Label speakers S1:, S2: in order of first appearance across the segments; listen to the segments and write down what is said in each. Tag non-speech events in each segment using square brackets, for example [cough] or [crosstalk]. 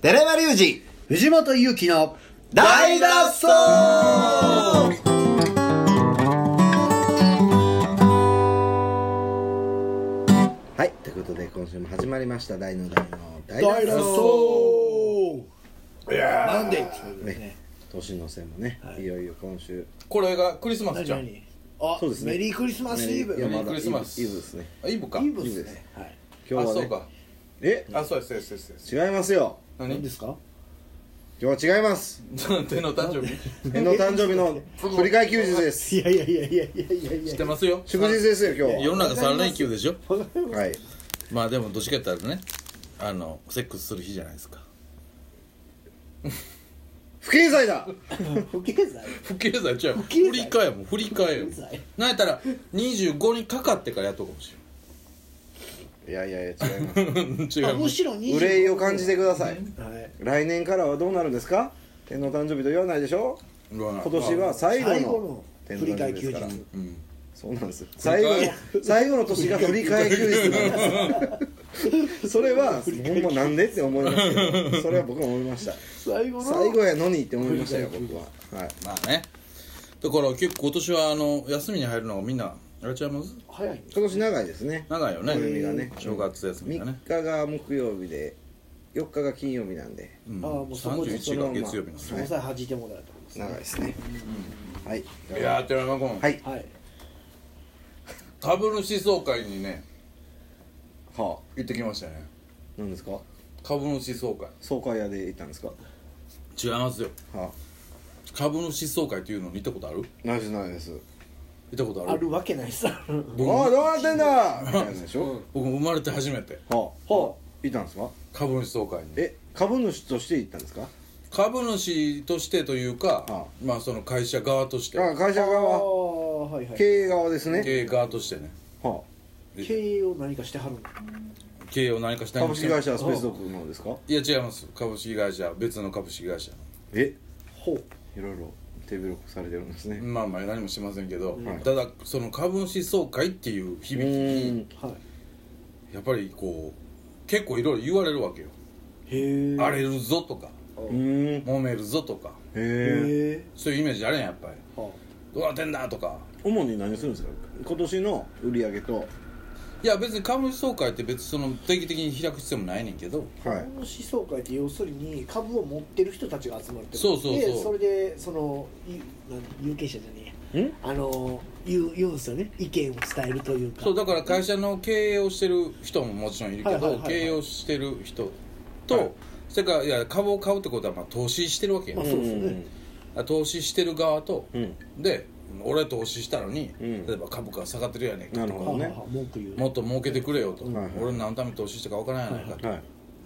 S1: 寺山隆二
S2: 藤本勇樹の
S1: 大脱走
S2: はいということで今週も始まりました大の大の大
S3: 大
S2: 脱
S3: 脱
S2: 走
S3: 走なんで
S2: ね年の瀬もね、い、よいよ今週
S4: これがクリスマス
S3: 何
S4: じゃん
S3: 何あ
S2: そうですね
S3: メリークリスマスイブ
S2: いや
S4: メリー
S2: ま
S4: ク
S2: だイ
S4: リス
S2: ブ
S4: マス
S2: イブですね
S4: あイブか
S3: イブ
S2: イブ
S3: で
S2: ですす
S3: ねはい
S2: 今
S4: あ
S2: 日は
S4: そう
S2: ね
S4: か
S2: え
S4: あそうですそうですそうですそうです
S2: 違いますよ
S4: 何
S3: 何ですか
S2: 今日は違います
S4: [laughs] 手の誕生日
S2: 天の誕生日の振り替え休日です
S3: いやいやいやいやいやいやい
S4: 知
S3: や
S4: ってますよ
S2: 祝日ですよ今日
S4: 世
S2: は
S4: の中3連休でしょ
S2: はい
S4: まあでもどっちかやったらねあのセックスする日じゃないですか
S2: 不敬罪だ
S3: 不経済
S4: 不経済ちゃう振
S3: 経済
S4: り替えもう振り替えよ
S3: 不経済
S4: なんやったら25にかかってからやっとこうかもし
S2: いやいやいや違い
S4: [laughs]
S2: ます
S4: れん違
S2: [laughs]
S3: あ
S4: う
S3: むしろ20
S2: 憂いを感じてください
S3: はい
S2: 来年からはどうなるんですか天皇誕生日と言わないでしょ
S4: 今
S2: 今年は最後
S3: 最
S2: の
S3: 後の
S2: 天皇
S3: 振り替
S2: 誕
S3: え
S2: 生日
S3: 休
S2: ですから
S3: 日
S2: そうなんです最後の最後の年が [laughs] 振り替え休日なんですそれはほんまなんでって思いますけどそれは僕は思いました
S3: 最後の
S2: 最後やのにって思いましたよ僕ははい
S4: まあねだから結構今年はあの休みに入るのがみんなやっちゃいます
S3: 早いね
S2: 今年長いですね
S4: 長いよね
S2: 暦がね
S4: 正月休みが
S2: 3
S4: ね
S2: 日が木曜日で4日が金曜日なんで
S4: うん
S3: あもうそこで
S4: 31が月曜日なんです
S3: そこさえ弾いてもらえたんです
S2: 長いですねはい
S4: いやー寺山君、
S2: はい
S3: はい
S4: 株主総会にね
S2: は
S4: 行ってきましたね
S2: あ何ですか
S4: 株主総会
S2: 総会屋で行ったんですか
S4: 違いますよ
S2: はあ
S4: 株主総会っていうのに行ったことある行
S2: ないですないです
S4: ったことあ
S3: あ
S4: る
S3: るわけないさ
S2: おおどうなってんだみたいなんでしょ、
S4: 僕生まれて初めて
S2: はあはあいたんですか
S4: 株主総会に
S2: え株主として行ったんですか
S4: 株主としてというか
S2: あ
S4: まあその会社側として
S2: あ会社
S3: あ
S2: 側
S3: あはいはい
S2: 経営側ですね
S4: 経営側としてね
S2: は
S3: 経営を何かしてはるの
S4: 経営を何かし
S2: あ
S4: たい
S2: 株式会社スペースドッグのですか
S4: いや違います株式会社別の株式会社
S2: え
S3: ほう
S2: いろいろ手広くされてるんですね
S4: まあまあ何もしませんけど、
S2: はい
S4: ただその株主総会っていう
S2: う
S4: 響き
S2: ー
S4: に
S2: ん
S3: はい
S4: やっぱりこう結構いろいろ言われるわけよ
S3: へえ
S4: 荒れるぞとか
S2: うーんへ
S4: 揉めるぞとか
S3: へ
S2: え
S3: え
S4: そういうイメージあるやんやっぱり
S3: は
S4: どうなってんだとか
S2: 主に何するんですか今年の売り上げとはい
S4: や別に株主総会って別にその定期的に開く必要もないねんけど
S3: あ株主総会って要するに株を持ってる人たちが集まるってこと
S4: そうそうそう
S3: でそれでそのいなん有権者じゃねえや
S2: ん
S3: あの言う言うんですよね意見を伝えるというか
S4: そうだから会社の経営をしてる人ももちろんいるけ
S3: はいはい
S4: ど
S3: はいはい
S4: 経営をしてる人
S2: はい
S4: とそれからいや株を買うってことはまあ投資してるわけや
S3: まあそうですね
S4: ん投資してる側と
S2: うん
S4: で俺投資したのに
S2: うん
S4: 例えば株価下がってるやねんか
S2: なる
S4: と
S2: ほ
S4: か
S2: ど
S3: はあ
S2: ね
S3: はあ文句言う
S4: もっと儲けてくれよと
S2: はいはい
S4: 俺何のために投資したか分からんやないか
S2: は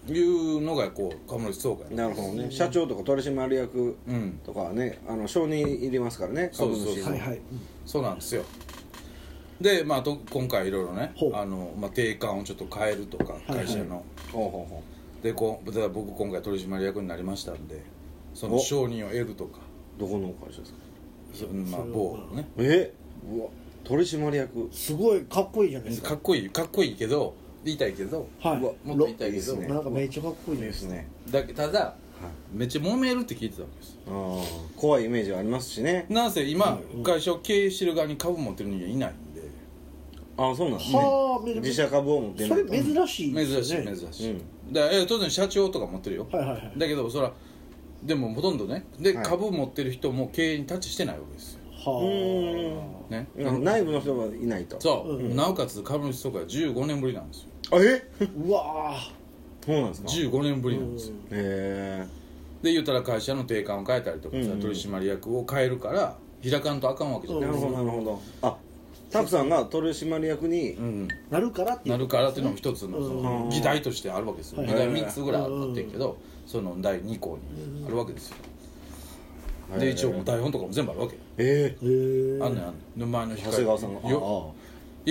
S4: というのがこう株主総会
S2: いなるほどね社長とか取締役
S4: うん
S2: とかはねあの承認いりますからね
S4: そう
S2: 株
S4: そう
S2: 主
S4: そ
S2: の
S3: はいはい
S4: そうなんですよで、まあ、と今回いろいろね
S3: ほう
S4: あの、まあ、定款をちょっと変えるとか
S3: いはい
S4: 会社の、
S2: ほうほうほ
S4: でこう例えば僕今回取締役になりましたんでその
S2: お
S4: 承認を得るとか
S2: うどこの会社ですか
S4: そまあ
S3: それは
S4: 某のね
S2: えうわ取締役
S3: すごいかっこいいじゃないです
S4: か
S3: か
S4: っこいいかっこいいけど言いたいけど
S3: はいう
S2: わ
S4: もっと言いたいけど
S2: いいっすね
S3: なんかめっちゃかっこいい
S2: いい
S3: で
S2: ですすね
S4: だけただ、めっちゃ揉めるって聞いてたわけです
S2: あー怖いイメージはありますしね
S4: なんせ今、会社を経営してる側に株持ってる人間いないんで
S2: あそうなんですね
S3: はあめ
S2: 自社株を持って
S3: そ
S2: ない
S3: れ
S2: と
S3: 珍しいです
S4: 珍
S3: ね
S4: しい珍しい、
S2: う
S4: だからえ当然社長とか持ってるよ、
S3: はいはいはい
S4: だけどそらでもほとんどねで、
S2: はい
S4: 株持ってる人も経営にタッチしてないわけですよ
S2: うー
S3: は
S2: ん
S4: ね
S2: うん内部の人はいないと
S4: そう、なおかつ株主総会は15年ぶりなんですよ
S2: あえ
S3: あうわあ
S2: そうなんですかへ
S4: 15年ぶりなんですよ、
S2: え
S4: で言うたら会社の定款を変えたりとかさ、
S2: うんうん
S4: 取締役を変えるから開かんとあかんわけじゃな
S2: ないるほどなるほどあタクさんが取締役に
S4: うん、
S3: なるからっていう
S4: なるからっていうのも一つのそ
S2: うん
S4: の議題としてあるわけですよ
S3: はい
S4: 議題3つぐらいあってんけどその第2項にあるわけですよで一応もう台本とかも全部あるわけよ
S2: え
S3: へえ
S4: あんねんあんねんで前の日
S2: え
S4: か
S2: 長
S4: ら
S2: 谷川さんがあ
S4: よ
S2: あ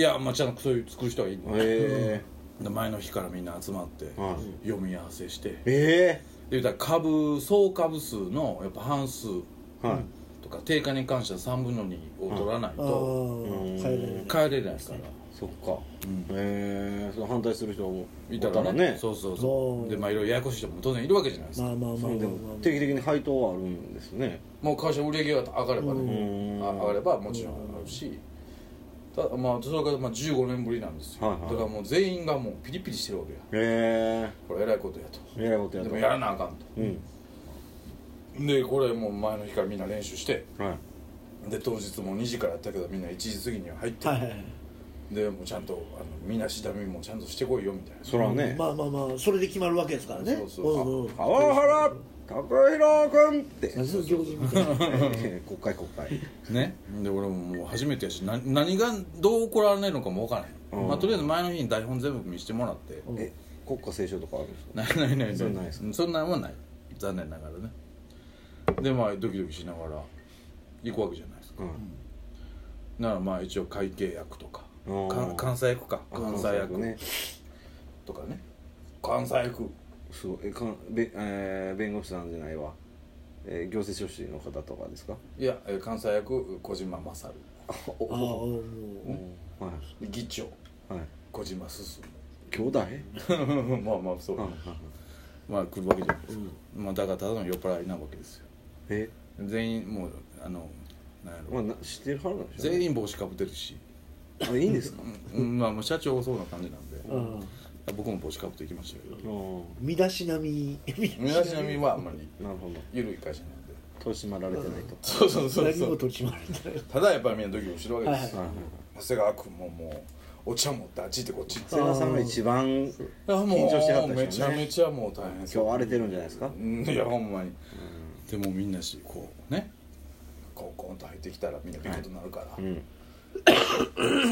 S4: いやまあちゃんとそういう作る人はいいの
S2: え
S4: で前の日からみんな集まって
S2: は
S4: 読み合わせして
S2: ええ
S4: で言うたら株総株数のやっぱ半数
S2: えは
S4: とか定価に関しては3分の2を取らないと
S3: ああ変えられない
S4: 帰れないから
S2: そっか
S4: うん
S2: へえその反対する人も
S4: いたらねそうそうそ
S3: お
S4: う
S3: ー
S4: でまあいろいろややこしい人も当然いるわけじゃないですか
S3: まあまあまあまあまあ
S2: でも定期的に配当はあるんですね
S4: もう会社売り上げが上がれば
S2: う
S4: ね、
S2: ん
S4: あ上がればもちろんあるし、ただまあそれがまあ15年ぶりなんですよ、
S2: はいはい
S4: だからもう全員がもうピリピリしてるわけや
S2: へ
S4: これえらいことやと
S2: ええらいことや
S4: で
S2: と
S4: もやらなあかんと
S2: うん
S4: でこれもう前の日からみんな練習して
S2: はい
S4: で当日も2時からやったけどみんな1時過ぎには入って、
S3: はいはいはい
S4: でもうちゃんとあのみんな下見もちゃんとしてこいよみたいな
S2: そらね
S3: まあまあまあそれで決まるわけですからね
S4: そうそう
S3: うんうん
S2: 「パワハラ高弘君」って
S4: [laughs]
S3: 何その行儀みたいな
S2: 国会国会
S4: ねで俺ももう初めてやしな何がどう怒られるのかも分からへん、
S2: うん
S4: まあ、とりあえず前の日に台本全部見せてもらって、
S2: え国家斉唱とかあるんですか
S4: ないないない
S2: そんなんです
S4: そんなんはない残念ながらねでまあドキドキしながら行くわけじゃないですか
S2: うん
S4: ならまあ一応会計役とか
S2: あー
S4: か関西役か関西役
S2: ね
S4: とかね関西役
S2: すごいえかんべえー弁護士さんじゃないわえー行政書士の方とかですか
S4: いやえー関西役小島勝
S3: ああもう
S2: は
S4: 議長
S2: いはい
S4: 小島進
S2: 兄弟
S4: [laughs] まあまあそう
S2: はいはい
S4: まあ来るわけじゃないですか、まあ、だからただの酔っ払いなわけですよ
S2: え
S4: 全員もうあのなんやろ
S2: まあな知ってるはずなんでしょ
S4: 全員帽子かぶってるし、
S2: あいいんですか
S4: うん、まあもう社長そうな感じなんで
S3: うん
S4: 僕も帽子かぶっていきましたけど
S2: あー
S3: 身だしなみ
S4: 身だしなみはあんまり
S2: なるほど
S4: 緩い会社なんで
S2: 取り締まられてないと
S4: そうそうそう
S3: 何
S4: そ
S3: 事
S4: う
S3: 決まるんだよ
S4: [laughs] ただやっぱりみんなドキドキしてるわけです、
S2: はいはい
S4: 長谷川君ももうお茶持ってあっち行ってこっち行って
S2: 瀬川さんが一番緊
S4: いやもう
S2: 張してはった
S4: め
S2: でし
S4: ち
S2: ょ
S4: ゃ
S2: う
S4: め
S2: ね
S4: ちゃもう大変
S2: 今日荒れてるんじゃないですか
S4: うんいやほんまにでもみんなしこうねこうコンと入ってきたらみんなビクッとなるから、
S2: うん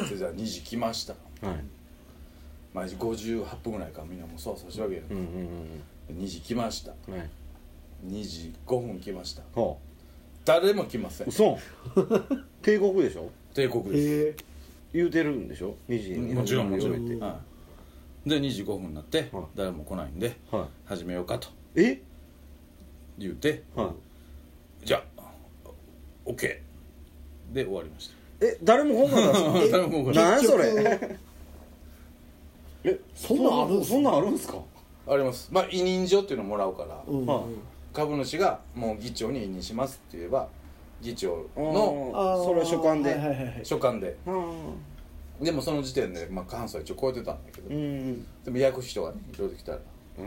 S4: でじゃあ2時来ました
S2: はい
S4: 毎時58分ぐらいからみんなもうそわそわしてるわけよ
S2: うんうん
S4: 2時来ました
S2: うんはい
S4: 2時5分来ました
S2: は
S4: 誰も来ません
S2: あ嘘 [laughs] 帝国でしょ
S4: 帝国です、
S3: え
S2: 言うてるんでしょ2時に
S4: もちろんもちろ
S2: 言
S4: ん、
S2: うて
S4: はい、で25分になって、
S2: はい
S4: 誰も来ないんで
S2: は
S4: 始めようかと
S2: いえ
S4: 言うて
S2: は
S4: じゃあ OK で終わりまし
S2: いえ誰も本が出
S4: [laughs]
S2: す
S4: た誰も来ない
S2: なんやそ
S3: 結
S2: れえそんなんあるそんなんあるんすか
S4: ありますまあ委任状っていうのもらうから、
S3: うん
S2: は
S4: 株主がもう議長に委任しますって言えば議長の
S3: あー
S2: それは所管で
S3: はいはいはいはい
S4: 所管で
S2: あ
S4: でもその時点で、まあ、過半数は一応超えてたんだけど、
S2: ーうん
S4: でもややこしい人がねいろいろ来たら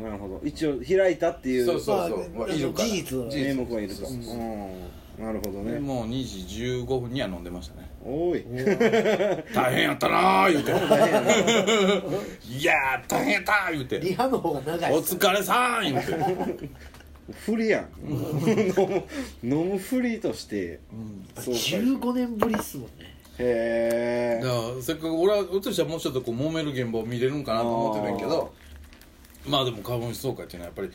S2: なるほど一応開いたっていう
S4: そうそうそう、
S3: まあ
S4: まあいるから
S3: 事実はね
S2: 名目はいると
S4: そうそうそう
S2: うんなるほど
S4: で
S2: ね
S4: もう2時15分には飲んでましたね
S2: おい
S4: 大変やったなー言うていやー大変やったー言う
S3: リ
S4: て
S3: ハの方が長い
S4: お
S3: っす
S4: 疲れさーん言うて
S2: 不利やん飲む [laughs] 飲む不利としてそうか
S3: 15年ぶりっすもんね
S2: へ
S4: だか
S2: え
S4: らせっかく俺はうとしてはもうちょっとこう揉める現場を見れるんかなと思ってるんやけどまあでも株主総会っていうのはやっぱり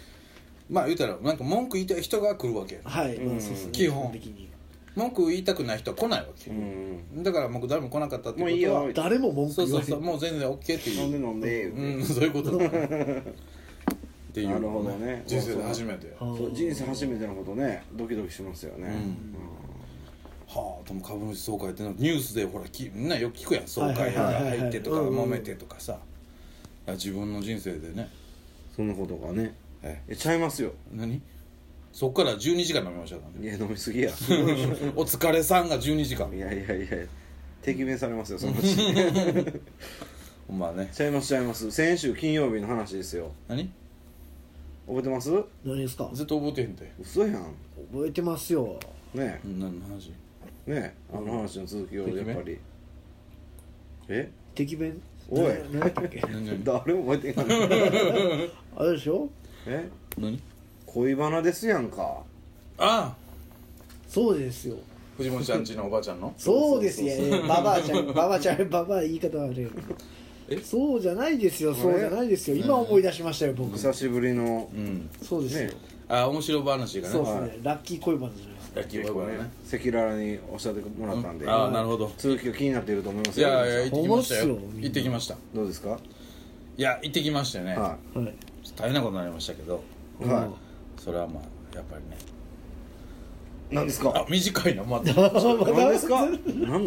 S4: まあ言うたらなんか文句言いたい人が来るわけや
S3: はいまあそうっすね
S4: 基本
S3: 的に
S4: 文句言いたくない人は来ないわけ
S2: う、ん
S4: だから僕誰も来なかったってことは
S2: もういいよ
S3: 誰も文
S4: そう
S3: 句言
S4: そ
S3: わ
S4: う
S3: ない
S4: そうもう全然 OK ってい
S2: 飲んで
S4: う
S2: 飲んで言うて
S4: うんそういうことだねっていう
S2: なるほどね
S4: 人生で初めては
S3: あー
S2: そう人生初めてのことねドキドキしますよね、
S4: あでも株主総会ってなんかニュースでほらきみんなよく聞くやん総会が
S3: はいはいはいはい
S4: 入ってとか
S3: うんうん
S4: 揉めてとかさいや自分の人生でね
S2: そんなことがね
S4: え
S2: えちゃいますよ
S4: 何そっから12時間飲みましたから
S2: い
S4: ね
S2: や飲みすぎや
S4: [laughs] お疲れさんが12時間
S2: いやいやいやてきめんされますよそのうち
S4: ほんまあね
S2: ちゃいますちゃいます先週金曜日の話ですよ
S4: 何
S2: 覚えてます
S3: 何ですか
S4: ずっと覚えてへんて
S2: 嘘やん
S3: 覚えてますよ
S2: ね
S4: 何の話
S2: えねえあの話の続きを
S4: てきめん
S2: やっぱりえ
S3: 敵弁
S2: おい
S3: な何だったっけ
S4: 何何
S2: 誰も覚えてん
S4: [laughs]
S2: かった
S3: あれでしょ
S2: え
S4: 何
S2: 恋バナですやんか
S4: ああ
S3: そうですよ
S4: 藤本ちゃんちのおばあちゃんの
S3: そうですよババアちゃんババアちゃんババア言い方悪い
S4: え
S3: そうじゃないですよそうじゃないですよ今思い出しましたよ僕
S2: 久しぶりの
S4: うん
S3: そうですよ
S2: ね
S4: ああ面白話がね
S3: そうですねラッキー恋バナじゃないですか
S4: 野球
S2: 結構
S4: 部
S2: ね
S4: ね
S2: 赤裸々におっしゃってもらったんで、
S4: ああなるほど
S2: 続きが気になっていると思いま
S4: い
S2: すよ
S4: やいや行ってきましたよ
S3: 面白い
S4: 行ってきました
S2: どうですか
S4: いや行ってきましたよね
S2: は
S3: はい
S4: 大変なことになりましたけど
S2: い、は
S4: それはまあやっぱりね
S2: なんです
S4: あ
S2: か
S4: 短いなま [laughs] たい
S2: なんですかなんなん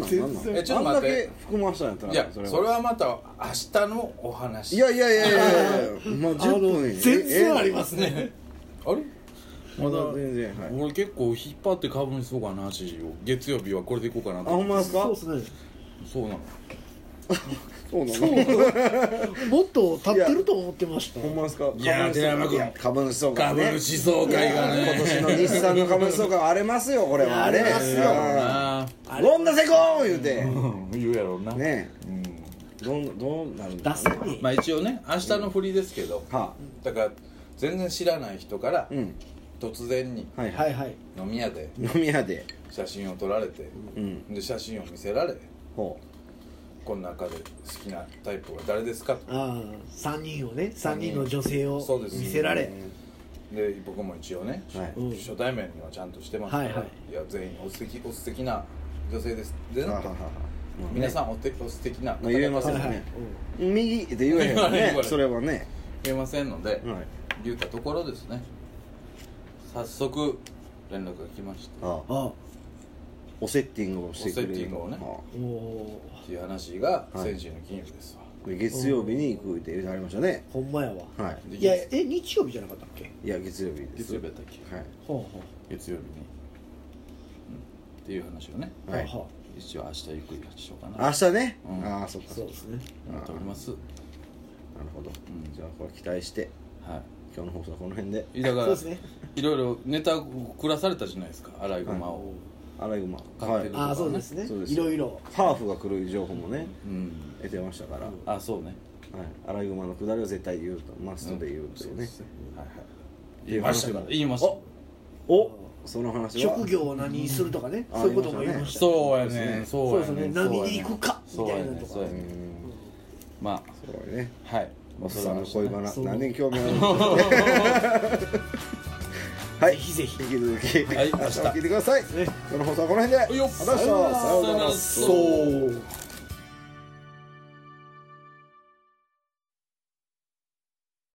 S2: なんなん
S4: えちょっと
S2: あん
S4: 待っ
S2: だ
S4: て
S2: け含ましたんやったら
S4: やそれはまた明日のお話
S2: いやいやいやいやいやまあ
S3: あ
S2: 10
S3: の
S2: 分
S3: 全然あり
S2: す
S3: ますね
S4: あれまだ
S2: 全然はい
S4: 俺結構引っ張って株にしそうかな話を月曜日はこれでいこうかな
S2: あほ
S4: と
S2: んまですか
S3: そうですね
S4: そうなの
S2: そうな
S3: そう
S2: の
S3: もっと立ってると思ってました
S2: ほんまですか
S4: いや寺山君
S2: 株主総会ね
S4: 株主総会がね
S2: 今年の日産の株主総会は荒れますよこれは
S3: 荒れますよ
S2: あ
S4: あ
S2: れロンダセコー言うて
S4: ー言うやろうな
S2: ね
S4: うん
S2: えどうどうなるん
S3: 出
S2: だ
S3: さない
S4: まあ一応ね明日の振りですけど
S2: は
S4: だから全然知らない人から
S2: あうん
S4: 突然に
S2: はいは
S3: はいいはい
S4: 飲み屋で
S2: 飲み屋で
S4: 写真を撮られて
S2: うん
S4: で写真を見せられ
S2: ほ
S4: この中で好きなタイプは誰ですかと
S3: ああ3人をね3人の女性を
S4: そうです
S3: 見せられ
S4: で僕も一応ね、
S2: はい
S4: うん初対面にはちゃんとしてますから、、
S3: はいはい
S4: や全員お素敵お素敵な女性ですで
S2: う
S4: な
S2: は
S4: ん
S2: は
S4: か
S2: は
S4: 皆さんおてお素敵な方
S2: まあ言えま
S4: 々
S2: せ
S4: で
S2: ん
S4: す
S2: ね、
S3: はいはい
S2: 右って言わへんよ
S4: [laughs] 言わへん
S2: ね
S4: 言わへん
S2: それはね
S4: 言えませんので、
S2: はい
S4: 言ったところですね早速連絡が来ました
S2: ああ
S3: あ
S2: おセッティングをしてくれる
S4: おセッティングをね
S2: は
S3: あおー
S4: っていう話が
S2: はい
S4: 先週の金曜日ですわ、
S2: あで月曜日に行くって言われましたね
S3: ほんまやわ
S2: はい
S4: で
S3: いやえ日曜日じゃなかったっけ
S2: いや月曜日です
S4: 月曜日やったっけ
S2: はい
S3: ほうほ
S4: 月曜日に、うん、っていう話をね
S3: う
S2: はい
S3: ほ
S4: 一応明日ゆっくりしようかな
S2: 明日ね、
S4: うん
S2: ああそっ
S3: う
S2: か
S3: そ
S2: そうっ
S3: で
S2: か
S3: すね
S4: 思っております
S2: なるほど、
S4: ん
S2: じゃあこれ期待して
S4: は
S2: 今日の放送はこの辺で
S4: いだか
S3: そう
S4: ら
S3: ですね
S4: いろいろネタくらされたじゃないですかアライグマを、
S2: アライグマ
S4: 買ってる
S3: ああそうですね
S2: そうです
S3: いろいろ
S2: ハーフが来る情報もね
S4: うん
S2: 得てましたから、はい、
S4: あそうね
S2: アライグマのくだりは絶対言うとマストで言うというね、
S4: はいはい言いましたから言いました
S2: おおその話は
S3: 職業を何にするとかね
S2: うん
S3: そういうことも言いましたね
S4: そうや
S2: そうです
S4: ね
S2: ね
S4: そうや
S3: そうです
S4: ね
S3: ね何に行くか
S4: そうやね
S3: みたいなとか
S4: そうや
S2: う
S4: ね
S2: ん
S4: ま
S2: すごいね
S4: あはい
S2: おっさんの
S4: それ
S2: 恋
S4: は
S2: バナ
S3: そう
S2: 何に興味あるんでしょうねはい
S3: ぜひぜひ
S2: 引き続き、
S4: はい
S2: 明日も聞いてください
S3: ね
S2: この放送はこの辺で
S4: よっ
S2: また明日さようなら
S4: そう